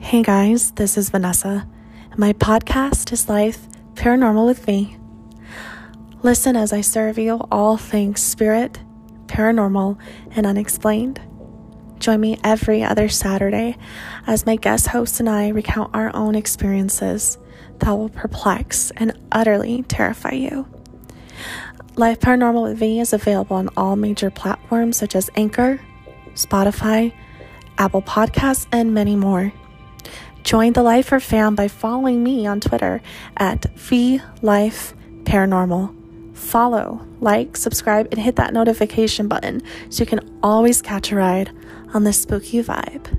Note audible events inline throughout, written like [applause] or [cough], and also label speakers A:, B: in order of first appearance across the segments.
A: Hey guys, this is Vanessa. My podcast is Life Paranormal with Me. Listen as I survey all things spirit, paranormal, and unexplained. Join me every other Saturday as my guest host and I recount our own experiences that will perplex and utterly terrify you. Life Paranormal with Me is available on all major platforms such as Anchor, Spotify, Apple Podcasts, and many more. Join the Lifer fam by following me on Twitter at Life Paranormal. Follow, like, subscribe, and hit that notification button so you can always catch a ride on this spooky vibe.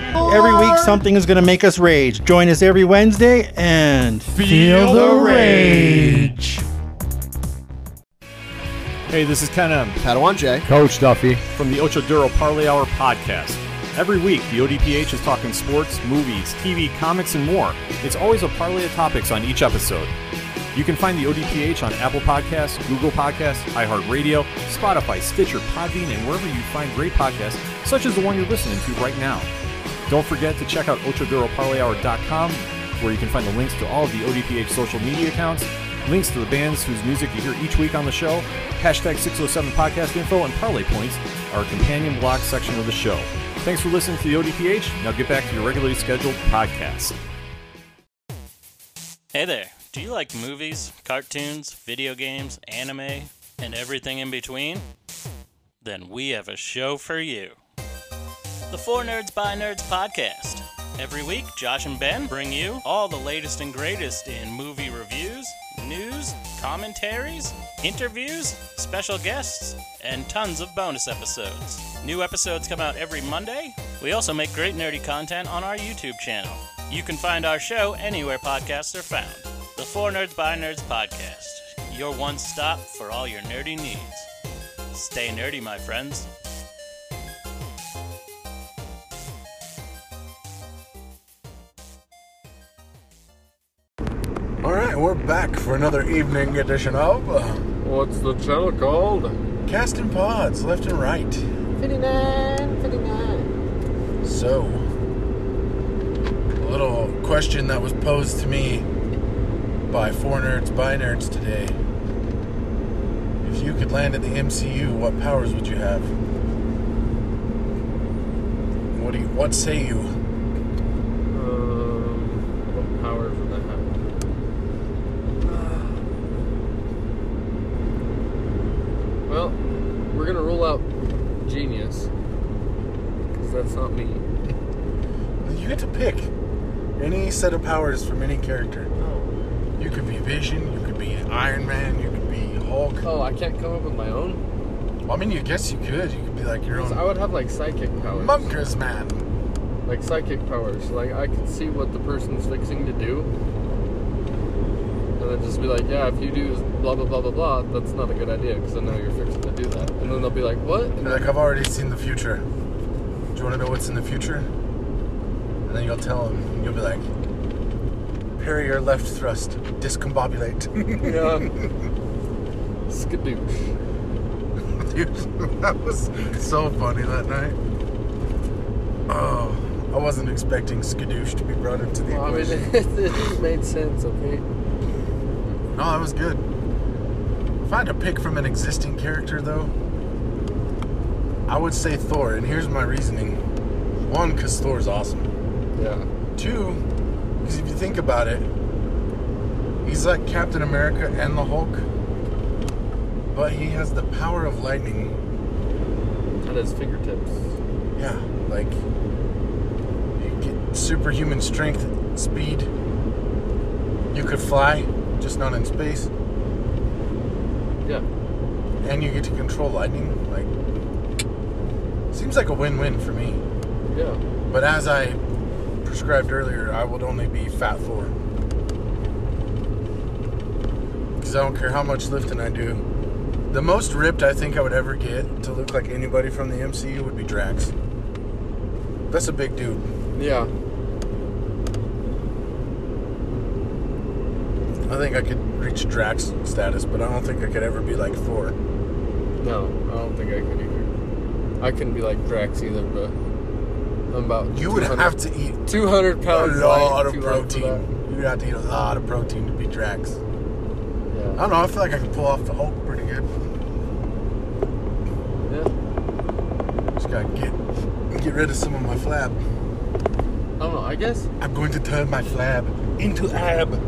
B: Every week, something is going to make us rage. Join us every Wednesday and
C: Feel the rage.
D: Hey, this is Ken M.
E: Padawan J.
F: Coach Duffy.
D: from the Ocho Duro Parlay Hour podcast. Every week, the ODPH is talking sports, movies, TV, comics, and more. It's always a parlay of topics on each episode. You can find the ODPH on Apple Podcasts, Google Podcasts, iHeartRadio, Spotify, Stitcher, Podbean, and wherever you find great podcasts, such as the one you're listening to right now. Don't forget to check out OchoDuroParlayHour.com, where you can find the links to all of the ODPH social media accounts, links to the bands whose music you hear each week on the show, hashtag 607 podcast info, and parlay points, our companion blog section of the show. Thanks for listening to the ODPH. Now get back to your regularly scheduled podcast.
G: Hey there, do you like movies, cartoons, video games, anime, and everything in between? Then we have a show for you. The Four Nerds by Nerds podcast. Every week, Josh and Ben bring you all the latest and greatest in movie reviews, news, commentaries, interviews, special guests, and tons of bonus episodes. New episodes come out every Monday. We also make great nerdy content on our YouTube channel. You can find our show anywhere podcasts are found. The Four Nerds by Nerds podcast, your one stop for all your nerdy needs. Stay nerdy, my friends.
F: All right, we're back for another evening edition of uh,
H: What's the channel called?
F: Casting Pods, left and right. 59, 59. So, a little question that was posed to me by four nerds by nerds today. If you could land in the MCU, what powers would you have? What do you, what say you?
H: Um, what powers would that have? Well, we're gonna rule out genius. Because that's not me.
F: You get to pick any set of powers from any character. You could be Vision, you could be Iron Man, you could be Hulk.
H: Oh, I can't come up with my own?
F: Well, I mean, you guess you could. You could be like your
H: 'Cause I
F: own
H: would have like psychic powers.
F: Munker's man.
H: Like psychic powers. Like I could see what the person's fixing to do. And then just be like, yeah, if you do blah blah blah blah blah, that's not a good idea because I know you're fixing to do that. And then they'll be like, what? And
F: You're like, I've already seen the future. Do you want to know what's in the future? And then you'll tell him, and you'll be like, parry your left thrust, discombobulate. [laughs]
H: Yeah. [laughs] Skadoosh.
F: Dude, that was so funny that night. Oh, I wasn't expecting Skadoosh to be brought into the
H: Well, I mean, [laughs]
F: equation.
H: it, just made sense, okay?
F: No, that was good. If I had to pick from an existing character, though, I would say Thor, and here's my reasoning. One, because Thor's awesome.
H: Yeah.
F: Two, because if you think about it, he's like Captain America and the Hulk, but he has the power of lightning.
H: At his fingertips.
F: Yeah, like, you get superhuman strength, speed. You could fly, just not in space.
H: Yeah.
F: and you get to control lightning. Like, seems like a win-win for me.
H: Yeah.
F: But as I prescribed earlier, I would only be fat for. Because I don't care how much lifting I do. The most ripped I think I would ever get to look like anybody from the MCU would be Drax. That's a big dude.
H: Yeah.
F: I think I could reach Drax status, but I don't think I could ever be like Thor.
H: No, I don't think I could either. I couldn't be like Drax either, but I'm about
F: You would
H: 200
F: have to eat
H: 200
F: a
H: pounds
F: lot
H: light,
F: of
H: too light for
F: protein. You would have to eat a lot of protein to be Drax.
H: that.
F: I
H: Yeah.
F: don't know. I feel like I could pull off the Hulk pretty good.
H: yeah.
F: Just gotta get get rid of some of my flab.
H: I don't know. I guess
F: I'm going to turn my flab into ab. [laughs]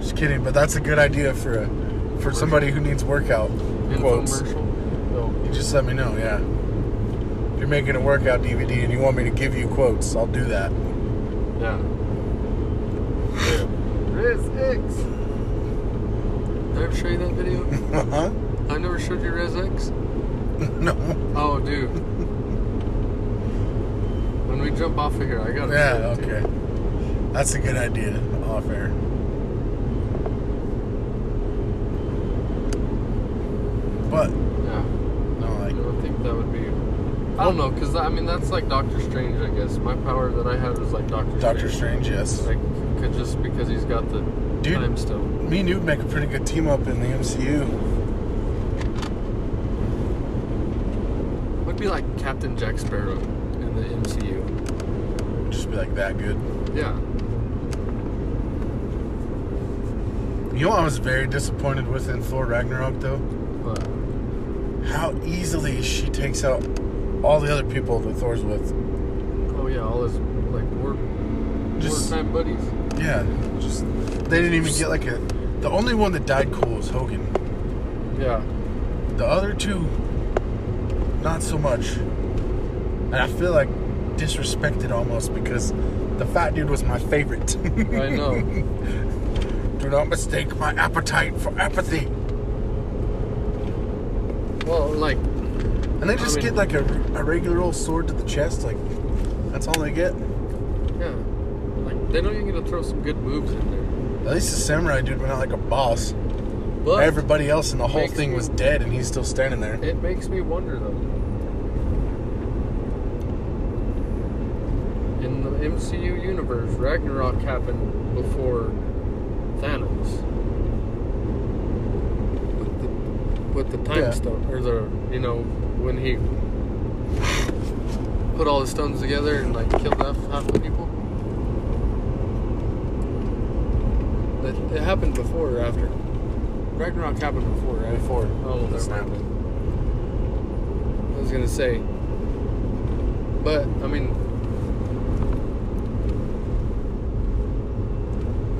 F: Just kidding, but that's a good idea for a, for somebody who needs workout quotes.
H: infomercial.
F: So you just let me know, yeah. If you're making a workout DVD and you want me to give you quotes, I'll do that. [laughs]
H: Yeah. Riz X. Did I ever show you that video?
F: Uh huh.
H: I never showed you Riz X.
F: No.
H: Oh, dude. when we jump off of here, I gotta.
F: Yeah.
H: show it to you.
F: Okay. That's a good idea. Off air. But
H: Yeah.
F: no,
H: I
F: like
H: don't think that would be. I don't know, cause I mean that's like Doctor Strange, I guess. My power that I had was like Doctor.
F: Doctor Strange, yes.
H: Like, could just because he's got the
F: Dude.
H: time stone.
F: Me and you would make a pretty good team up in the MCU.
H: Would be like Captain Jack Sparrow in the MCU.
F: Just be like that good.
H: Yeah.
F: You know, what I was very disappointed with in Thor Ragnarok though.
H: But
F: How easily she takes out all the other people that Thor's with.
H: oh yeah, all his like war
F: Just
H: wartime buddies.
F: yeah, just they didn't even get like a. The only one that died cool was Hogan.
H: Yeah.
F: The other two, not so much. And I feel like disrespected almost because the fat dude was my favorite. [laughs]
H: I know.
F: Do not mistake my appetite for apathy.
H: well, like
F: And they just
H: I
F: get
H: mean-
F: like a, a regular old sword to the chest. Like, that's all they get.
H: yeah, like they don't even get to throw some good moves in there.
F: At least the samurai dude went out like a boss.
H: But
F: Everybody else in the whole
H: Makes
F: thing
H: me-
F: was dead and he's still standing there.
H: it makes me wonder though. In the MCU universe, Ragnarok happened before Thanos. With the, with the time
F: Yeah.
H: stone, or the you know when he put all the stones together and like killed half, half the people. It, it happened before or after? Ragnarok happened before, right?
F: Before.
H: Oh,
F: The
H: never
F: snap.
H: mind. I was gonna say, but I mean,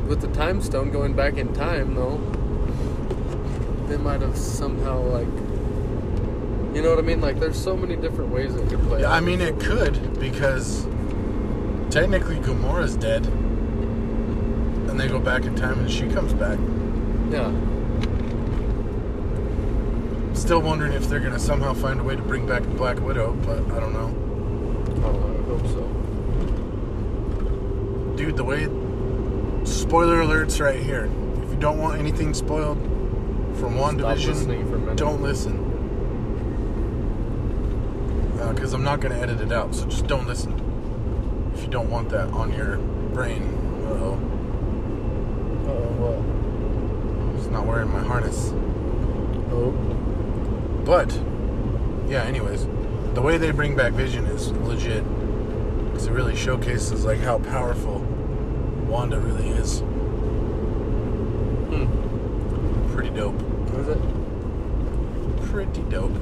H: with the time stone going back in time, though, they might have somehow like, you know what I mean? Like, there's so many different ways it could play.
F: Yeah,
H: out.
F: I mean, it could because technically Gamora's dead. And they go back in time and she comes back.
H: yeah,
F: Still wondering if they're gonna somehow find a way to bring back the Black Widow, but I don't know.
H: oh, I hope so.
F: Dude, the way spoiler alerts right here. If you don't want anything spoiled from one
H: Stop listening for a
F: division,
H: minute.
F: don't listen. Because I'm not gonna edit it out, so just don't listen. If you don't want that on your brain, uh-oh,
H: Oh,
F: I'm just not wearing my harness.
H: what? Oh,
F: But yeah, anyways, the way they bring back Vision is legit because it really showcases like how powerful Wanda really is.
H: Hmm.
F: Pretty dope.
H: what is it?
F: Pretty dope.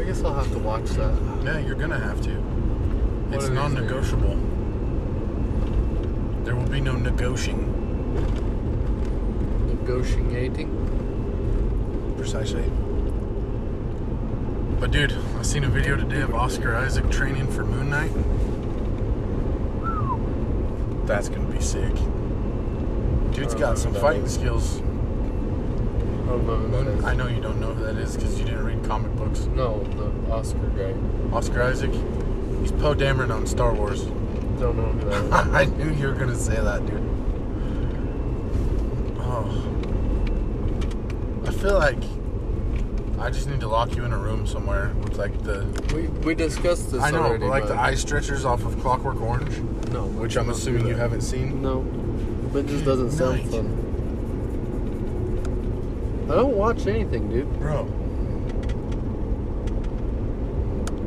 H: I guess I'll have to watch that.
F: Yeah, you're gonna have to. It's
H: are these things?
F: non-negotiable. There will be no negotiating.
H: Negotiating.
F: Precisely. But dude, I seen a video today of Oscar Isaac training for Moon Knight. That's gonna be sick. Dude's got some fighting skills.
H: Oh, don't know who that is.
F: I know you don't know who that is because you didn't read comic books.
H: No, the Oscar guy.
F: Oscar Isaac, he's Poe Dameron on Star Wars. [laughs]
H: Don't know who [laughs] that is.
F: I knew you were gonna say that, dude. Oh, I feel like I just need to lock you in a room somewhere with like the
H: We, we discussed this
F: I know,
H: already.
F: but like
H: but
F: the eye stretchers off of Clockwork Orange,
H: No,
F: which I'm assuming you haven't seen.
H: No, but it just doesn't sound
F: Nice.
H: fun. I don't watch anything, dude.
F: Bro.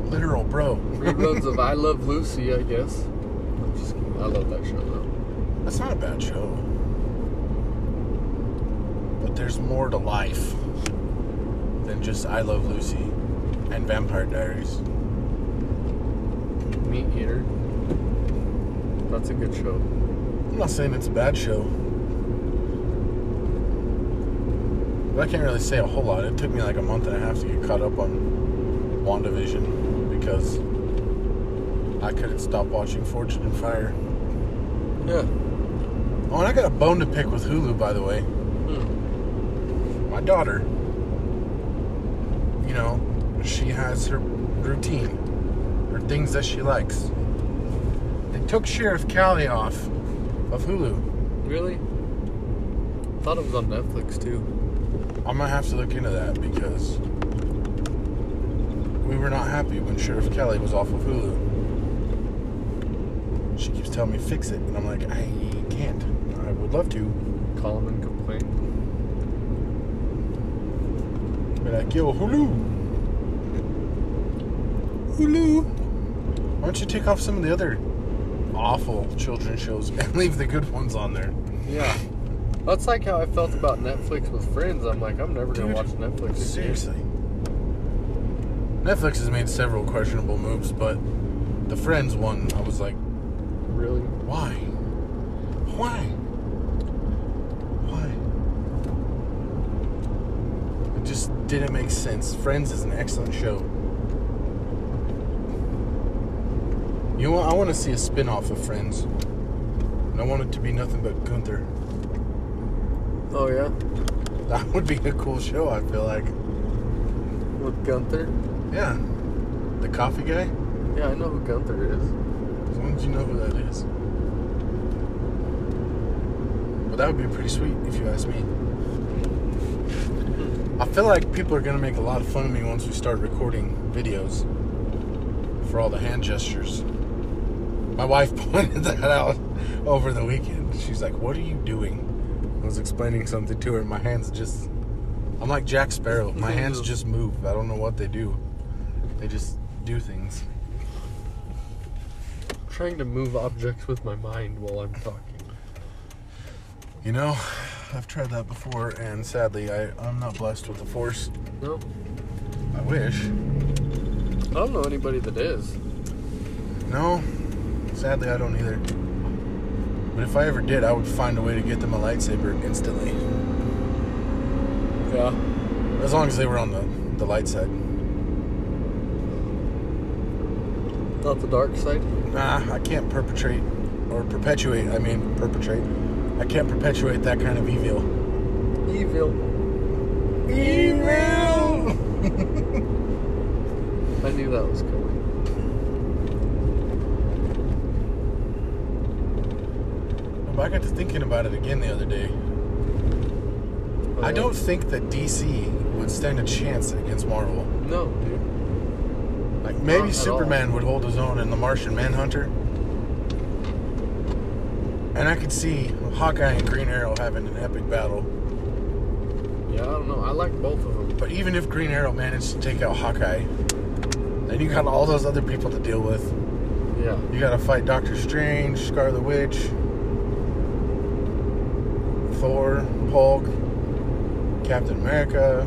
F: Literal bro.
H: Reruns of I Love Lucy, I guess. I'm just kidding. I love that show though.
F: That's not a bad show. But there's more to life than just I Love Lucy and Vampire Diaries.
H: Meat Eater. That's a good show.
F: I'm not saying it's a bad show. But I can't really say a whole lot. It took me like a month and a half to get caught up on WandaVision because I couldn't stop watching Fortune and Fire.
H: Yeah.
F: Oh, and I got a bone to pick with Hulu, by the way. My daughter, you know, she has her routine, her things that she likes. They took Sheriff Callie off of Hulu.
H: Really? Thought it was on Netflix too.
F: I'm gonna have to look into that because we were not happy when Sheriff Kelly was off of Hulu. She keeps telling me fix it, and I'm like, I can't. I would love to,
H: Call them and complain.
F: but I kill Hulu. Hulu. Why don't you take off some of the other awful children shows [laughs] and leave the good ones on there?
H: Yeah. That's like how I felt about Netflix with friends. I'm like, I'm never gonna
F: Dude,
H: watch Netflix. again.
F: Seriously. Netflix has made several questionable moves, but the Friends one, I was like,
H: Really?
F: Why? Why? Why? It just didn't make sense. Friends is an excellent show. You know what? I want to see a spin off of Friends. And I want it to be nothing but Gunther. [laughs]
H: Oh yeah.
F: That would be a cool show, I feel like.
H: With Gunther.
F: Yeah. The coffee guy?
H: Yeah, I know who Gunther is.
F: As long as you know who that is. But that would be pretty sweet if you ask me. I feel like people are gonna make a lot of fun of me once we start recording videos for all the hand gestures. My wife [laughs] pointed that out over the weekend. She's like, What are you doing? I was explaining something to her, and my hands just. I'm like Jack Sparrow. My hands just move. I don't know what they do, they just do things.
H: trying to move objects with my mind while I'm talking.
F: You know, I've tried that before, and sadly, I, I'm not blessed with the force.
H: No,
F: I wish.
H: I don't know anybody that is.
F: No, sadly, I don't either. But if I ever did, I would find a way to get them a lightsaber instantly.
H: Yeah.
F: As long as they were on the, the light side.
H: Not the dark side.
F: Nah, I can't perpetrate, or perpetuate, I mean, perpetrate. I can't perpetuate that kind of evil.
H: Evil.
F: Evil!
H: I knew that was coming.
F: I got to thinking about it again the other day.
H: Uh,
F: I don't think that DC would stand a chance against Marvel.
H: No, dude.
F: Like
H: Not
F: maybe
H: at
F: Superman would hold his own in The Martian Manhunter. And I could see Hawkeye and Green Arrow having an epic battle.
H: Yeah, I don't know. I like both of them.
F: But even if Green Arrow managed to take out Hawkeye, then you got all those other people to deal with.
H: Yeah.
F: You got to fight Doctor Strange, Scarlet Witch, Thor, Hulk, Captain America.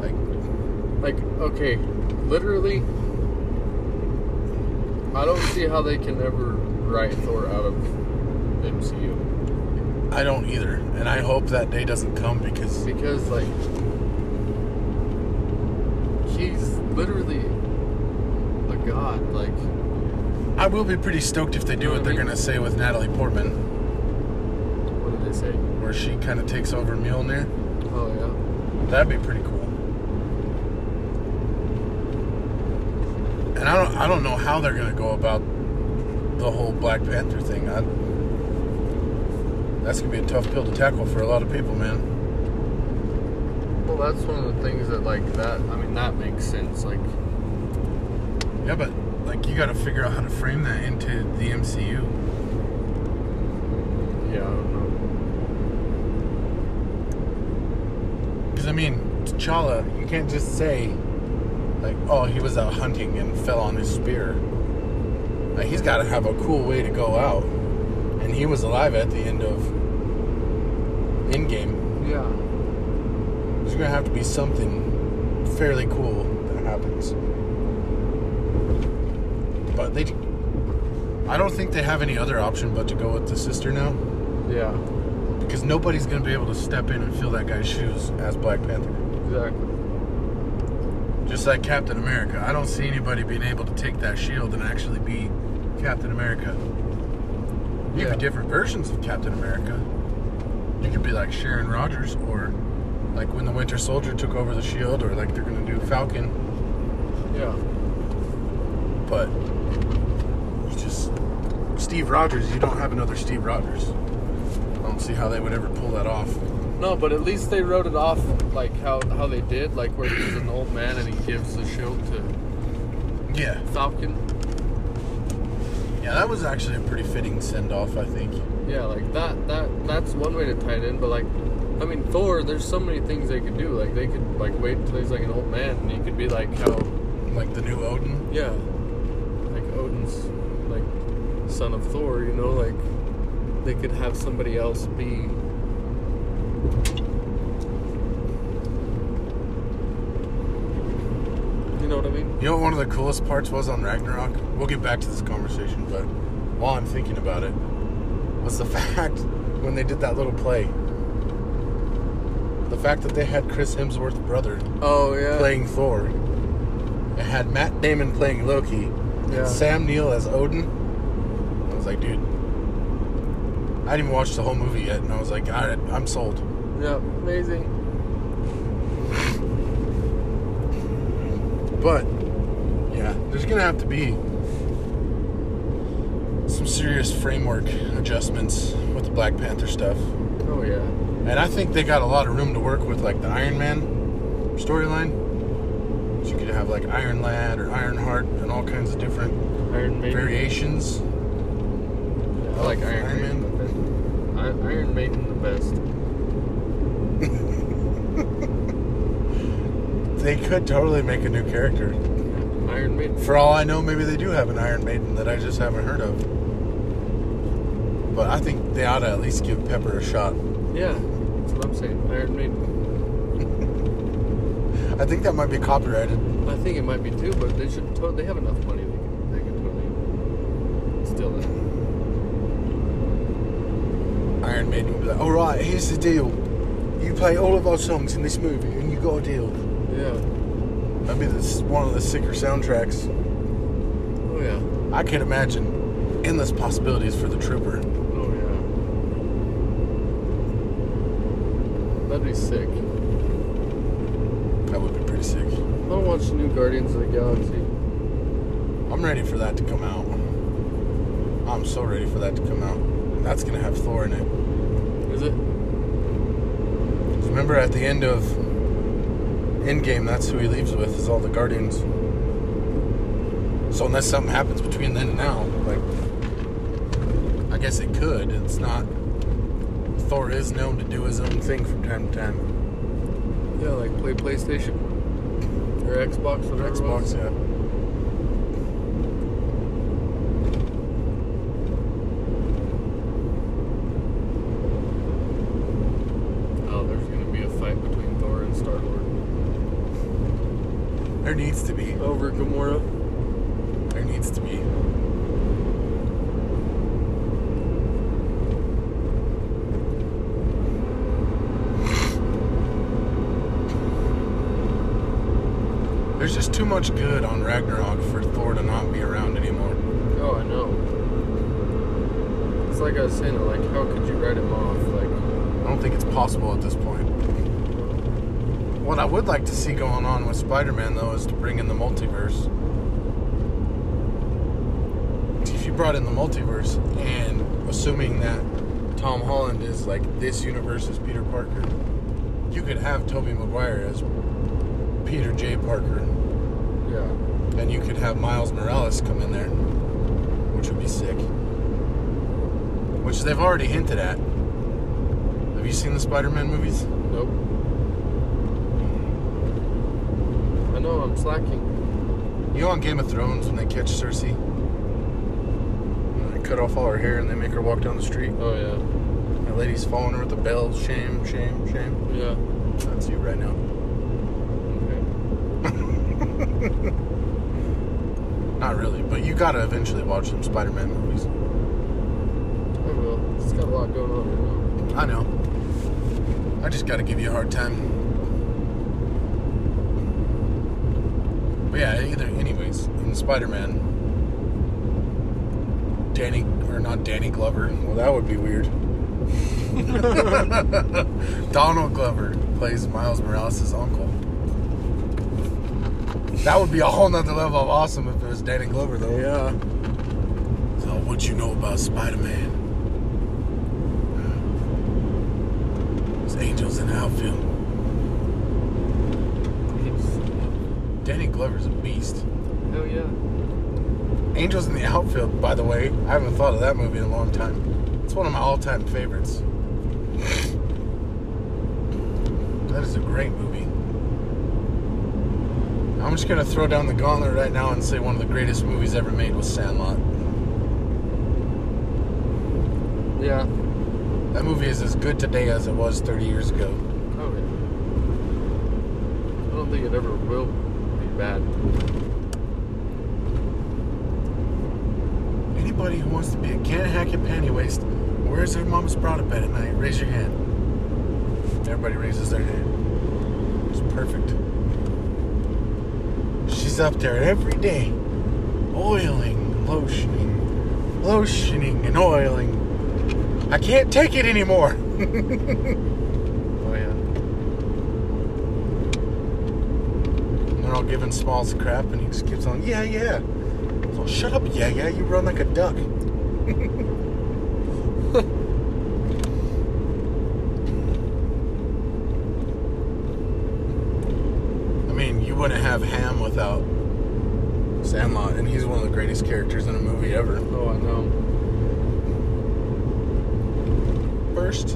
F: Like,
H: Like, okay, literally, I don't see how they can ever write Thor out of MCU
F: I don't either. And I hope that day doesn't come because
H: because like he's literally a god. Like,
F: I will be pretty stoked if they do what they're going to say with Natalie Portman.
H: what did they say?
F: where she kind of takes over Mjolnir.
H: Uh Oh yeah.
F: That'd be pretty cool. And I don't I don't know how they're gonna go about the whole Black Panther thing. I, that's gonna be a tough pill to tackle for a lot of people, man.
H: Well, that's one of the things that like that. I mean, that makes sense. Like,
F: Yeah, but like you gotta figure out how to frame that into the MCU.
H: yeah, I don't know.
F: Because I mean, T'Challa, you can't just say like, oh, he was out hunting and fell on his spear. Like he's gotta have a cool way to go out. And he was alive at the end of Endgame.
H: Yeah.
F: There's gonna have to be something fairly cool that happens. But they, I don't think they have any other option but to go with the sister now,
H: Yeah.
F: because nobody's gonna be able to step in and fill that guy's shoes as Black Panther.
H: Exactly.
F: Just like Captain America, I don't see anybody being able to take that shield and actually be Captain America. You could be
H: Yeah.
F: different versions of Captain America. You could be like Sharon Rogers, or like when the Winter Soldier took over the shield, or like they're gonna do Falcon.
H: Yeah.
F: but you just Steve Rogers, you don't have another Steve Rogers. I don't see how they would ever pull that off.
H: No, but at least they wrote it off like how how they did, like where he's an old man and he gives the shield to
F: Yeah,
H: Falcon.
F: yeah, that was actually a pretty fitting send off, I think.
H: Yeah, like that that that's one way to tie it in, but like I mean Thor, there's so many things they could do. Like they could like wait until he's like an old man and he could be like how
F: Like the new Odin.
H: yeah. Like Odin's like son of Thor, you know, like they could have somebody else be You know what I mean?
F: You know what one of the coolest parts was on Ragnarok? We'll get back to this conversation, but while I'm thinking about it, was the [laughs] fact when they did that little play. The fact that they had Chris Hemsworth's brother
H: Oh yeah.
F: playing Thor. It had Matt Damon playing Loki
H: Yeah.
F: and Sam Neill as Odin. I was like, dude, I didn't even watch the whole movie yet, and I was like, all right, I'm sold.
H: Yeah, amazing.
F: But yeah, there's gonna have to be some serious framework adjustments with the Black Panther stuff,
H: Oh yeah.
F: and I think they got a lot of room to work with, like the Iron Man storyline. So you could have like Iron Lad or Iron Heart and all kinds of different
H: Iron Maiden.
F: variations.
H: I like Iron,
F: Iron Man.
H: Maiden. the best. I- Iron Maiden the best.
F: They could totally make a new character.
H: Iron Maiden.
F: For all I know, maybe they do have an Iron Maiden that I just haven't heard of. But I think they ought to at least give Pepper a shot.
H: Yeah, that's what I'm saying. Iron Maiden.
F: I think that might be copyrighted.
H: I think it might be too, but they should. To- they have enough money. They can. They can totally steal it.
F: Iron Maiden would be like, all right, here's the deal. You play all of our songs in this movie and you got a deal.
H: Yeah.
F: That'd be this, one of the sicker soundtracks.
H: Oh yeah.
F: I could imagine endless possibilities for the Trooper.
H: Oh yeah. That'd be sick.
F: That would be pretty sick.
H: I want to watch the new Guardians of the Galaxy.
F: I'm ready for that to come out. I'm so ready for that to come out. That's gonna have Thor in it.
H: Is it?
F: Remember at the end of Endgame, that's who he leaves with is all the Guardians. So unless something happens between then and now, like I guess it could. It's not. Thor is known to do his own thing from time to time.
H: Yeah, like play PlayStation or Xbox, whatever. it was.
F: Xbox, yeah.
H: Oh, there's gonna be a fight between Thor and Star Lord
F: There needs to be.
H: over Gamora.
F: There needs to be. There's just too much good on Ragnarok for Thor to not be around anymore.
H: Oh, I know. It's like I was saying, like how could you write him off? Like
F: I don't think it's possible at this point. What I would like to see going on with Spider-Man though is to bring in the multiverse. If you brought in the multiverse, and assuming that Tom Holland is like this universe's Peter Parker, you could have Tobey Maguire as Peter J. Parker,
H: Yeah.
F: and you could have Miles Morales come in there, which would be sick. Which they've already hinted at. Have you seen the Spider-Man movies?
H: Nope. I know I'm slacking.
F: You know on Game of Thrones when they catch Cersei? And they cut off all her hair and they make her walk down the street.
H: Oh yeah.
F: That lady's following her with a bell. Shame, shame, shame.
H: Yeah.
F: That's you right now.
H: Okay.
F: Not really, but you gotta eventually watch some Spider-Man movies.
H: I will. It's got a lot going on right
F: I know. I just gotta give you a hard time. But yeah, either anyways, in Spider-Man. Danny or not Danny Glover. Well that would be weird. [laughs] Donald Glover plays Miles Morales' uncle. That would be a whole nother level of awesome if it was Danny Glover though.
H: now.
F: So what you know about Spider-Man? It's angels in the outfield.
H: Yeah.
F: Danny Glover's a beast.
H: Hell yeah.
F: Angels in the Outfield, by the way, I haven't thought of that movie in a long time. It's one of my all-time favorites. That is a great movie. I'm just gonna throw down the gauntlet right now and say one of the greatest movies ever made was Sandlot.
H: Yeah.
F: That movie is as good today as it was 30 years ago.
H: Oh yeah. I don't think it ever will be bad.
F: Anybody who wants to be a can Hackett panty waist wears their mama's bra to bed at night, raise your hand. Everybody raises their hand. It's perfect. She's up there every day, oiling, lotioning, lotioning, and oiling. I can't take it anymore. [laughs]
H: Oh yeah.
F: And they're all giving Smalls crap, and he just keeps on, yeah, yeah. So shut up, yeah, yeah. You run like a duck. I mean, you wouldn't have Ham without Sandlot, and he's one of the greatest characters in a movie ever.
H: Oh I know.
F: First,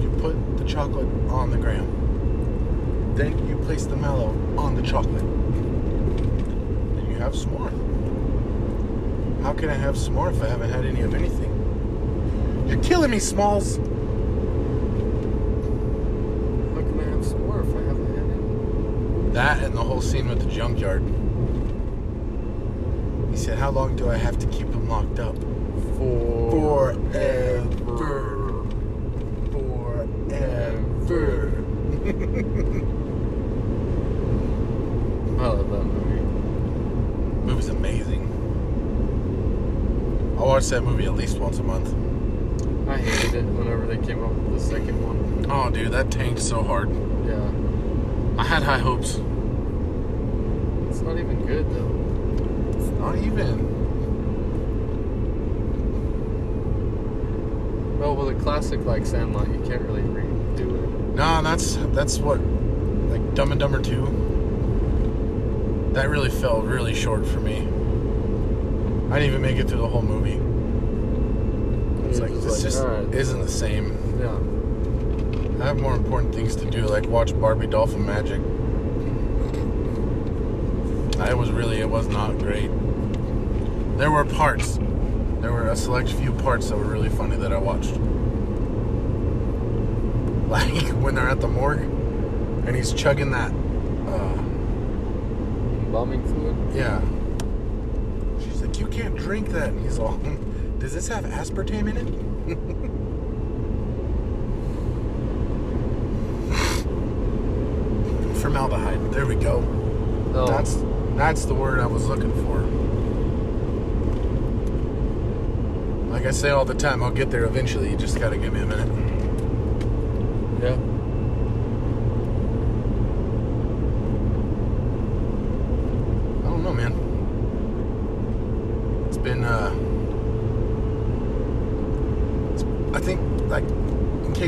F: you put the chocolate on the graham. Then you place the mallow on the chocolate. Then you have s'more. How can I have s'more if I haven't had any of anything? You're killing me, Smalls.
H: How can I have some more if I haven't had any?
F: That and the whole scene with the junkyard. He said, How long do I have to keep him locked up?
H: Four.
F: Forever. Forever.
H: I love that movie.
F: movie's amazing. I watch that movie at least once a month.
H: I hated it whenever they came up with the second one.
F: Oh, dude, that tanked so hard.
H: Yeah.
F: I had high hopes.
H: It's not even good though.
F: Not even.
H: Oh, Well, with a classic like Sandlot, you can't really redo it.
F: Nah, that's that's what, like Dumb and Dumber Two. That really fell really short for me. I didn't even make it through the whole movie. It's
H: You're
F: like this just
H: "Alright."
F: isn't the same.
H: yeah.
F: I have more important things to do, like watch Barbie Dolphin Magic. I was really, it was not great. There were parts, there were a select few parts that were really funny that I watched. [laughs] Like when they're at the morgue and he's chugging that, uh,
H: Bombing fluid.
F: yeah. She's like, you can't drink that. And he's all, [laughs] does this have aspartame in it? [laughs] Formaldehyde. There we go.
H: Oh,
F: That's that's the word I was looking for. Like I say all the time, I'll get there eventually. You just gotta give me a minute.
H: yeah.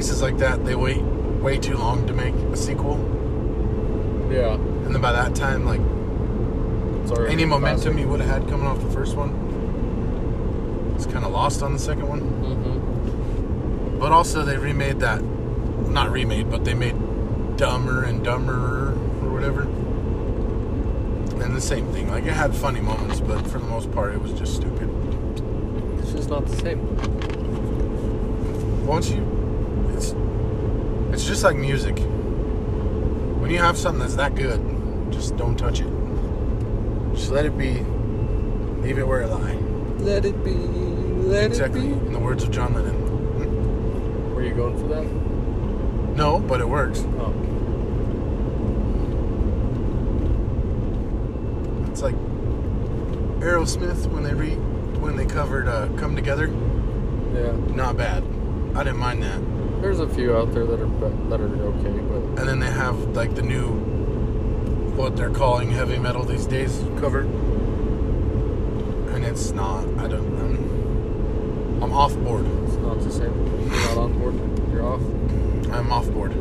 F: uh, that, they wait way too long to make a sequel,
H: Yeah.
F: and then by that time, like
H: It's already
F: any
H: a
F: momentum you would have had coming off the first one, it's kind of lost on the second one.
H: classic. Mhm.
F: But also, they remade that, not remade, but they made Dumber and Dumberer or whatever. And the same thing. Like, it had funny moments, but for the most part, it was just stupid.
H: It's just not the same.
F: Once you. It's, it's just like music. When you have something that's that good, just don't touch it. Just let it be. Leave it where it lies.
H: Let it be. Let
F: Exactly.
H: it
F: In the words of John Lennon. Hmm?
H: be. Were you going for that?
F: No, but it works.
H: Oh.
F: It's like Aerosmith when they re when they covered uh, "Come Together."
H: Yeah.
F: Not bad. I didn't mind that. And
H: There's a few out there that are be- that are okay, but
F: then they have like the new what they're calling heavy metal these days covered, and it's not. I don't. I'm, I'm off board.
H: it's not the same. You're not on board. You're off.
F: I'm off board.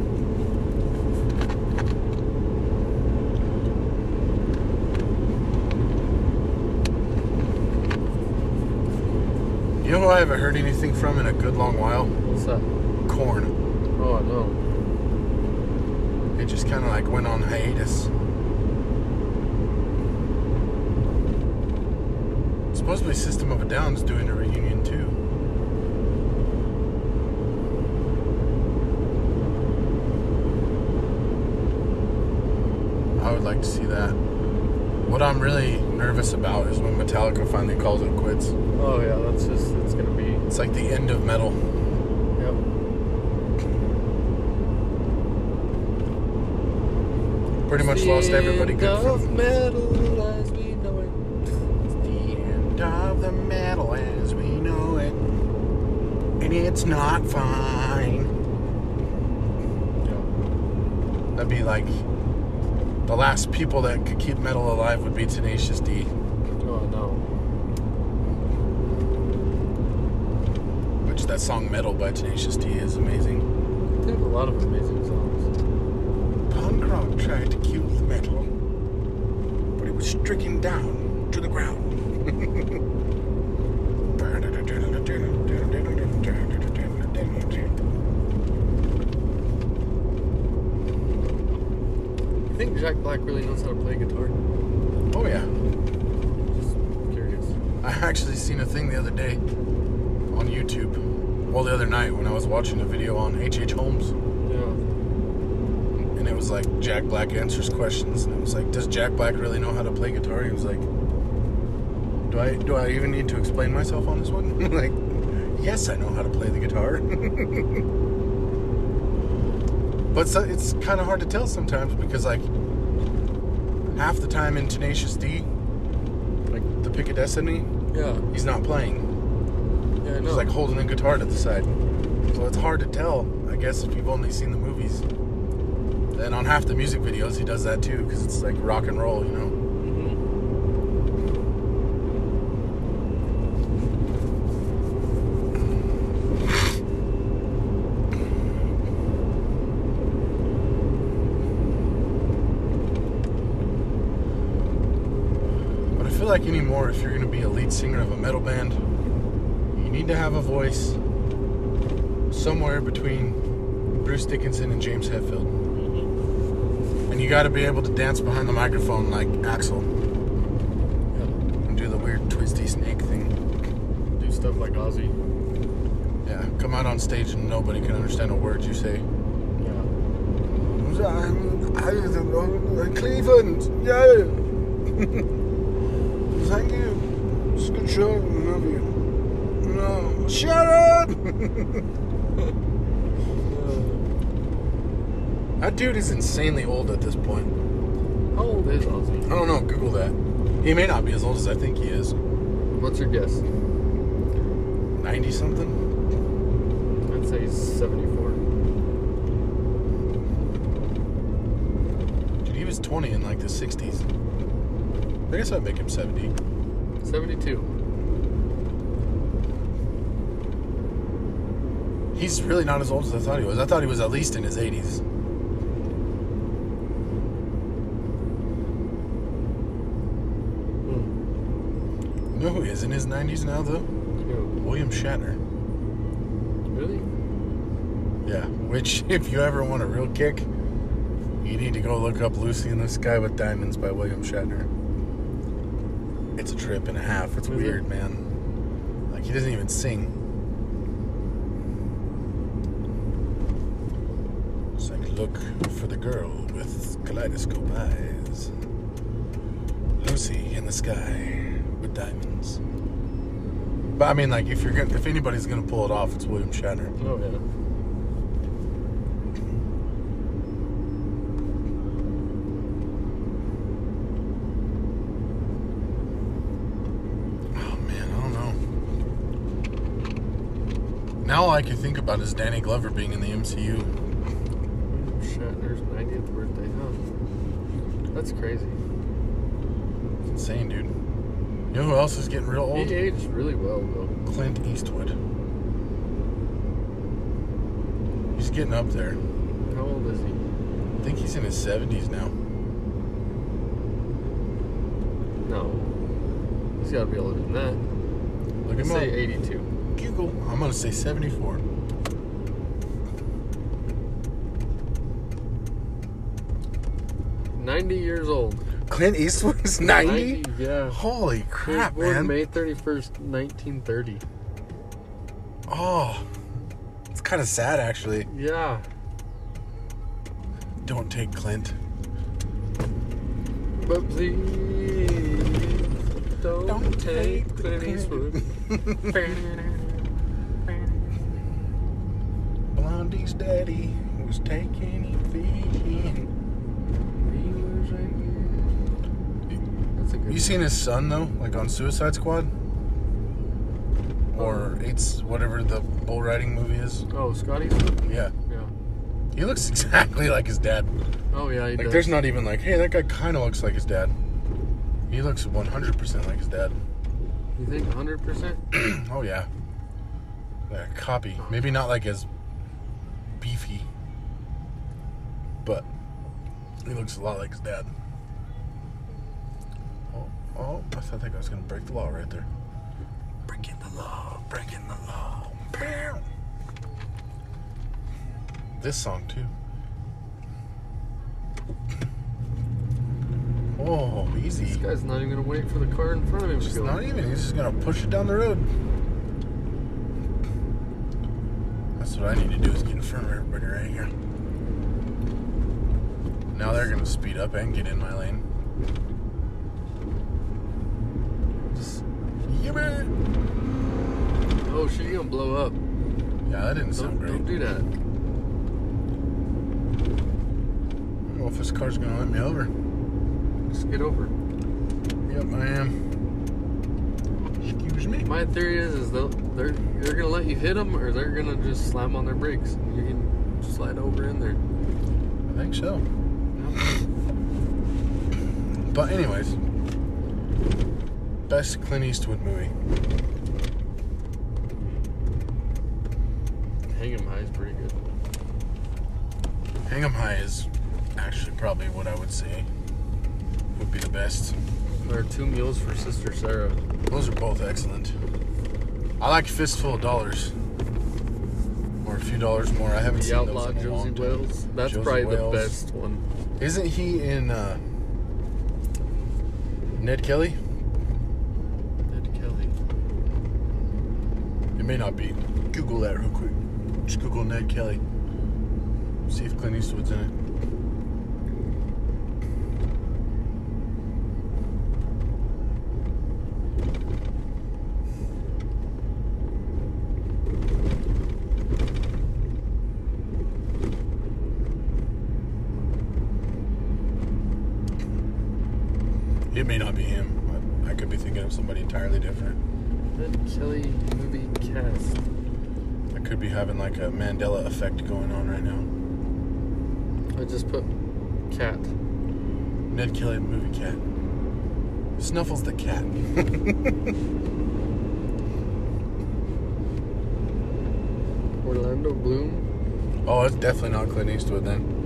F: You know who I haven't heard anything from in a good long while?
H: What's that?
F: Corn.
H: Oh, I know.
F: It just kind of like went on hiatus. Supposedly, System of a Down's doing a reunion too. I would like to see that. What I'm really nervous about is when Metallica finally calls it quits.
H: Oh yeah, that's just it's gonna be.
F: It's like the end of metal.
H: Yep.
F: Pretty much lost everybody good
H: End
F: from
H: of metal as we know it.
F: the end of the metal as we know it. And it's not fine.
H: Yeah.
F: That'd be like the last people that could keep metal alive would be Tenacious D.
H: Oh no.
F: Which that song Metal by Tenacious D is amazing.
H: They have a lot of amazing songs.
F: Punk rock tried to kill the metal, but it was stricken down to the ground. [laughs]
H: You think Jack Black really knows how to play guitar?
F: Oh yeah.
H: Just curious.
F: I actually seen a thing the other day on YouTube. Well, the other night when I was watching a video on H.H. Holmes,
H: Yeah.
F: and it was like Jack Black answers questions, and it was like, "Does Jack Black really know how to play guitar?" He was like, "Do I do I even need to explain myself on this one?" [laughs] like, yes, I know how to play the guitar, [laughs] but so, it's kind of hard to tell sometimes because like half the time in Tenacious D, like the Pick of Destiny,
H: Yeah.
F: he's not playing.
H: Yeah. I know.
F: He's like holding a guitar to the side. So it's hard to tell, I guess, if you've only seen the movies. And on half the music videos, he does that too, because it's like rock and roll, you know? But I feel like anymore, if you're going to be a lead singer of a metal band, you need to have a voice somewhere between Bruce Dickinson and James Hetfield.
H: Mm-hmm.
F: And you got to be able to dance behind the microphone like Axel
H: yeah.
F: and do the weird twisty snake thing.
H: Do stuff like Ozzy.
F: Yeah, come out on stage and nobody can understand a word you say.
H: Yeah.
F: I'm Um, I am Uh, Cleveland. Yeah. [laughs] Thank you. It's a good show. I love you. No. Shut up. [laughs] that dude is insanely old at this point.
H: How old is Ozzy?
F: I don't know. Google that. He may not be as old as I think he is.
H: What's your guess?
F: Ninety something.
H: I'd say he's 74.
F: Dude, he was twenty in like the sixties. I guess I'd make him seventy.
H: 72.
F: He's really not as old as I thought he was. I thought he was at least in his 80s. No, who is in his 90s now, though?
H: Who?
F: William Shatner.
H: Really?
F: Yeah, which, [laughs] if you ever want a real kick, you need to go look up Lucy in the Sky with Diamonds by William Shatner. It's a trip and a half. It's
H: Is it?
F: weird, man. Like, he doesn't even sing. It's like, look for the girl with kaleidoscope eyes. Lucy in the Sky with Diamonds. But I mean, like, if you're gonna, if anybody's gonna pull it off, it's William Shatner.
H: Oh yeah.
F: Oh man, I don't know. Now all I can think about is Danny Glover being in the MCU.
H: Oh, Shatner's 90th birthday, huh? That's crazy.
F: It's insane, dude. You know who else is getting real
H: He
F: old?
H: aged really well though.
F: Clint Eastwood. He's getting up there.
H: How old is he?
F: I think he's in his 70s now.
H: No. He's got to be older than that.
F: Look
H: I
F: him
H: say
F: up.
H: 82.
F: Google. I'm gonna say 74.
H: Ninety years old.
F: Clint Eastwood is 90?
H: Yeah.
F: Holy
H: He was
F: crap,
H: born
F: man.
H: May 31st, 1930.
F: Oh. It's kind of sad, actually.
H: Yeah.
F: Don't take Clint.
H: But please don't,
F: Don't
H: take
F: take
H: Clint
F: the
H: [laughs] Eastwood.
F: Blondie's daddy was taking it vegan.
H: That's a good
F: You seen his son though, like on Suicide Squad, or it's whatever the bull riding movie is.
H: Oh, Scott Eastwood?
F: Yeah,
H: Yeah.
F: he looks [laughs] exactly like his dad.
H: Oh, yeah, he
F: Like
H: does.
F: there's not even like, hey, that guy kind of looks like his dad. He looks 100% like his dad.
H: You think 100%?
F: Oh yeah, like a copy. Maybe not like as beefy, but he looks a lot like his dad. Oh, oh I thought that guy was gonna break the law right there. Breaking the law, breaking the law. Bam. This song too. Oh,
H: This
F: easy.
H: guy's not even going to wait for the car in front of him. to
F: Just
H: go.
F: not even. He's just gonna push it down the road. That's what I need to do is get in front of everybody right here. Now they're gonna speed up and get in my lane. Just yeah, man.
H: Oh, shit, you going to blow up.
F: Yeah, that didn't
H: Don't,
F: sound great.
H: don't do that.
F: I don't know if this car's gonna let me over.
H: Just get over. it.
F: Yep, I am. Excuse me.
H: My theory is, is they'll, they're they're gonna let you hit them, or they're gonna just slam on their brakes. and You can slide over in there.
F: I think so. But anyways, best Clint Eastwood movie.
H: Hang 'em high is pretty good.
F: Hang 'em high is actually probably what I would say would be the best.
H: There are two meals for Sister Sarah.
F: Those are both excellent. I like Fistful of Dollars. Or a few dollars more. I haven't
H: The
F: seen those
H: Outlaw
F: in a
H: Josie
F: long time.
H: Wales. That's
F: Josie
H: probably
F: Wales.
H: the best one.
F: Isn't he in uh, Ned Kelly?
H: Ned Kelly.
F: It may not be. Google that real quick. Just Google Ned Kelly. See if Clint Eastwood's in it. It may not be him. I, I could be thinking of somebody entirely different.
H: Ned Kelly movie cast.
F: I could be having like a Mandela effect going on right now.
H: I just put cat.
F: Ned Kelly the movie cat. Snuffles the cat.
H: Or Orlando Bloom.
F: Oh, it's definitely not Clint Eastwood then.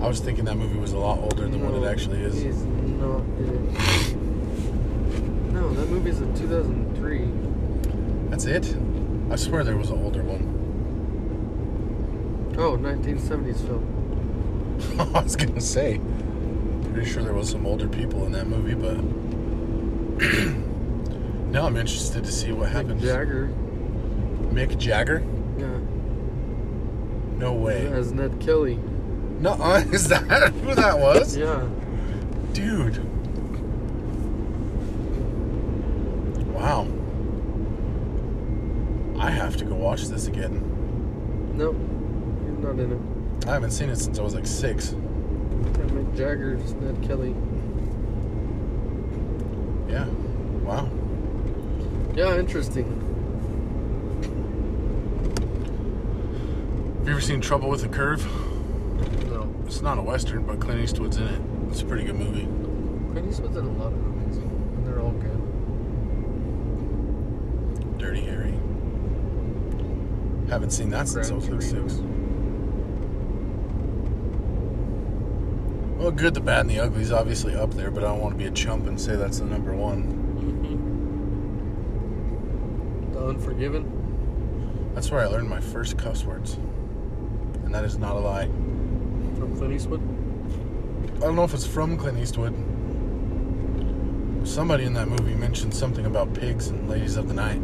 F: I was thinking that movie was a lot older than what
H: No,
F: it actually is.
H: He's not in it. No, that movie's a 2003.
F: That's it? I swear there was an older one. [laughs]
H: Oh, 1970s film.
F: I was gonna say. Pretty sure there was some older people in that movie, but [clears throat] now I'm interested to see what
H: Mick
F: happens.
H: Jagger.
F: Mick Jagger?
H: Yeah.
F: No way.
H: As Ned Kelly.
F: No, [laughs] is that who that was?
H: Yeah.
F: Dude. Wow. I have to go watch this again.
H: Nope. He's not in it.
F: I haven't seen it since I was like six.
H: Yeah, Mick Jagger, just Ned Kelly.
F: Yeah. Wow.
H: Yeah, interesting.
F: Have you ever seen Trouble with a Curve?
H: No.
F: It's not a western, but Clint Eastwood's in it. It's a pretty good movie.
H: Clint Eastwood's in a lot of movies, and they're all good.
F: Dirty Harry. Haven't seen that since I was like
H: Gran
F: six. Well, good, the bad, and the ugly is obviously up there, but I don't want to be a chump and say that's the number one.
H: The Unforgiven.
F: That's where I learned my first cuss words, and that is not a lie.
H: From Clint Eastwood.
F: I don't know if it's from Clint Eastwood. Somebody in that movie mentioned something about pigs and ladies of the night.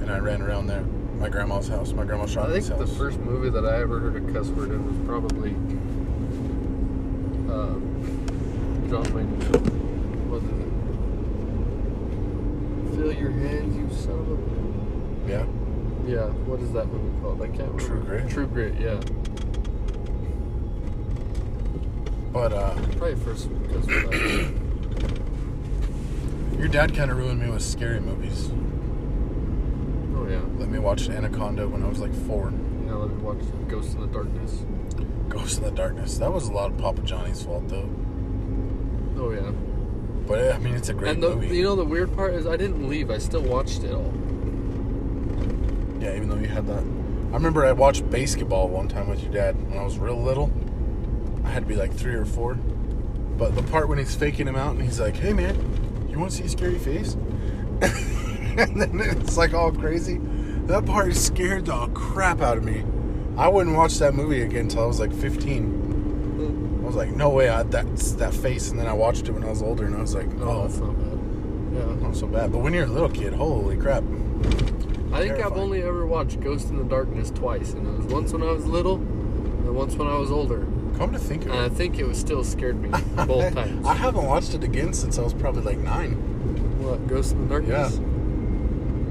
F: And I ran around there. My grandma's house. My grandma shot
H: I think
F: house.
H: the first movie that I ever heard a cuss word in was probably um, John Wayne. Wasn't it? Feel your hands, you son of a.
F: Yeah.
H: Yeah, what is that movie called? I can't remember.
F: True Grit.
H: True Grit, yeah.
F: But uh,
H: Probably first cuss word I heard.
F: your dad kind of ruined me with scary movies.
H: Oh, yeah.
F: Let me watch Anaconda when I was like four.
H: Now let me watch Ghost in the Darkness.
F: Ghost in the Darkness. That was a lot of Papa Johnny's fault though.
H: Oh, yeah.
F: But eh, I mean, it's a great
H: and the,
F: movie.
H: you know, the weird part is I didn't leave. I still watched it all.
F: yeah, even though you had that. I remember I watched basketball one time with your dad when I was real little. I had to be like three or four. But the part when he's faking him out and he's like, "Hey man, you want to see a scary face?" [laughs] and then it's like all crazy. That part scared the crap out of me. I wouldn't watch that movie again until I was like 15. I was like, "No way, I, that's that face." And then I watched it when I was older, and I was like, "Oh,
H: that's not bad. Yeah.
F: not so bad." But when you're a little kid, holy crap!
H: I think I've
F: Terrifying.
H: only ever watched Ghost in the Darkness twice, and it was once when I was little, and once when I was older.
F: Come to think of
H: And I
F: it,
H: think it was still scared
F: [laughs]
H: me both times.
F: I haven't watched it again since I was probably like nine.
H: What Ghost in the Darkness?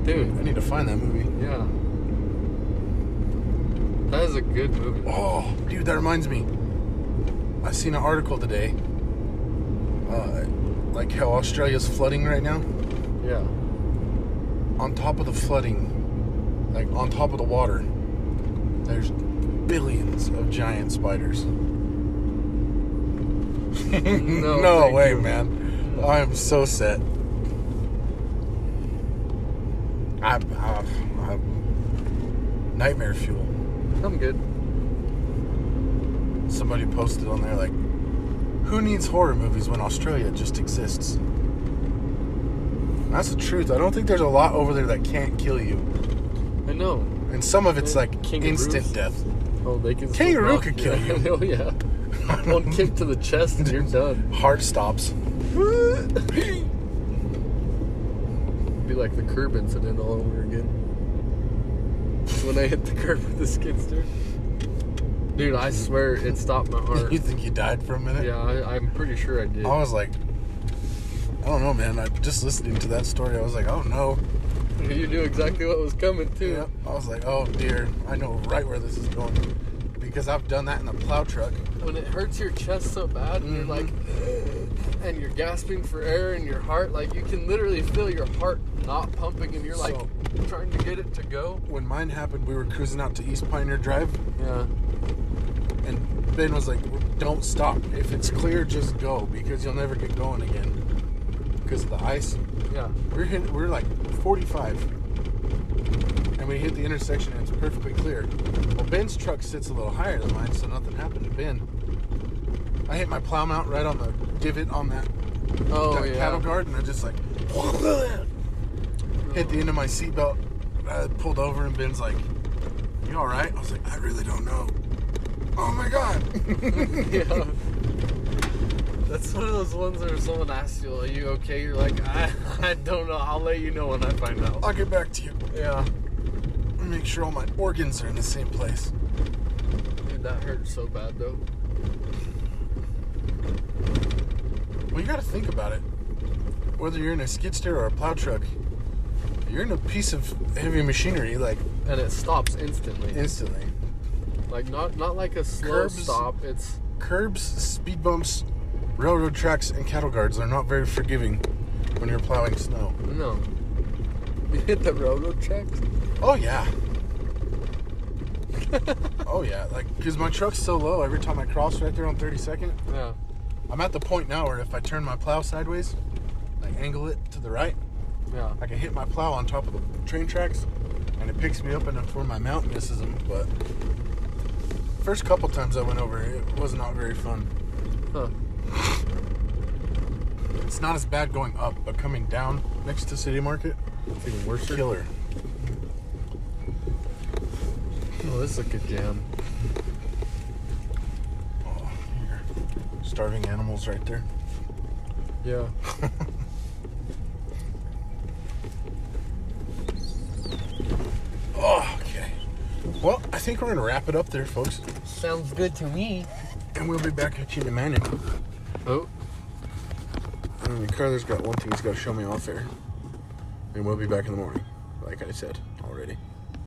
H: Dude,
F: I need to find that movie.
H: yeah. That is a good movie.
F: Oh, dude, that reminds me. I seen an article today. Uh, like how Australia's flooding right now. [laughs]
H: Yeah.
F: On top of the flooding, like on top of the water, there's billions of giant spiders.
H: No,
F: no
H: thank
F: way,
H: you.
F: man. I am so set. I, I, I, nightmare fuel.
H: I'm good.
F: Somebody posted on there like, "Who needs horror movies when Australia just exists?" And That's the truth. I don't think there's a lot over there that can't kill you,
H: I know.
F: and some of it's
H: Yeah,
F: like
H: kangaroos.
F: instant death.
H: Oh, they can. still
F: Kangaroo
H: knock
F: could kill
H: out.
F: you.
H: [laughs] oh yeah.
F: [laughs]
H: One kick to the chest and you're done.
F: Heart stops.
H: Be like the curb incident all over again. when I hit the curb with the skid steer. Dude, I swear it stopped my
F: [laughs]
H: heart.
F: you Oh. think you died for a minute?
H: yeah, I, I'm pretty sure I did.
F: I was like, I don't know, man. I just listening to that story. I was like, oh no.
H: You knew exactly what was coming too.
F: Yep. I was like, oh dear. I know right where this is going because I've done that in a plow truck.
H: When it hurts your chest so bad,
F: Mm-hmm.
H: and you're like, and you're gasping for air in your heart, like you can literally feel your heart not pumping, and you're like
F: So-
H: trying to get it to go.
F: When mine happened, we were cruising out to East Pioneer Drive,
H: Yeah.
F: and Ben was like, don't stop. If it's clear, just go because you'll never get going again. because of the ice.
H: Yeah.
F: We're hit, we're like 45, and we hit the intersection, and it's perfectly clear. Well, Ben's truck sits a little higher than mine, so nothing happened to Ben. I hit my plow mount right on the divot on that,
H: Oh
F: that
H: yeah.
F: paddle guard, and I just like hit the end of my seatbelt. I pulled over, and Ben's like, "You all right?" I was like, "I really don't know." Oh my god!
H: yeah. [laughs] That's one of those ones where someone asks you, "Are you okay?" You're like, "I, [laughs] I don't know. I'll let you know when I find out."
F: I'll get back to you.
H: Yeah.
F: Make sure all my organs are in the same place.
H: Dude, that hurt so bad though.
F: Well, you got to think about it. Whether you're in a skid steer or a plow truck, you're in a piece of heavy machinery like
H: And it stops instantly.
F: instantly.
H: Like not not like a slow
F: Curbs.
H: stop. It's
F: Curbs, speed bumps, railroad tracks, and cattle guards are not very forgiving when you're plowing snow.
H: no. You hit the railroad tracks.
F: Oh yeah. [laughs] oh yeah, like because my truck's so low. Every time I cross right there on 32nd,
H: Yeah.
F: I'm at the point now where if I turn my plow sideways, like angle it to the right,
H: Yeah.
F: I can hit my plow on top of the train tracks, and it picks me up and before my mount misses them. But first couple times I went over, it was not very fun.
H: Huh. Oh,
F: It's not as bad going up, but coming down next to City Market, it's even worse. Killer.
H: Oh, this is a good jam.
F: Oh, here. starving animals right there.
H: Yeah.
F: Oh, okay. Well, I think we're gonna wrap it up there, folks,
I: Sounds good to me.
F: and we'll be back at you in a minute.
H: Oh.
F: I mean, Carter's got one thing he's got to show me off air, and we'll be back in the morning, like I said already.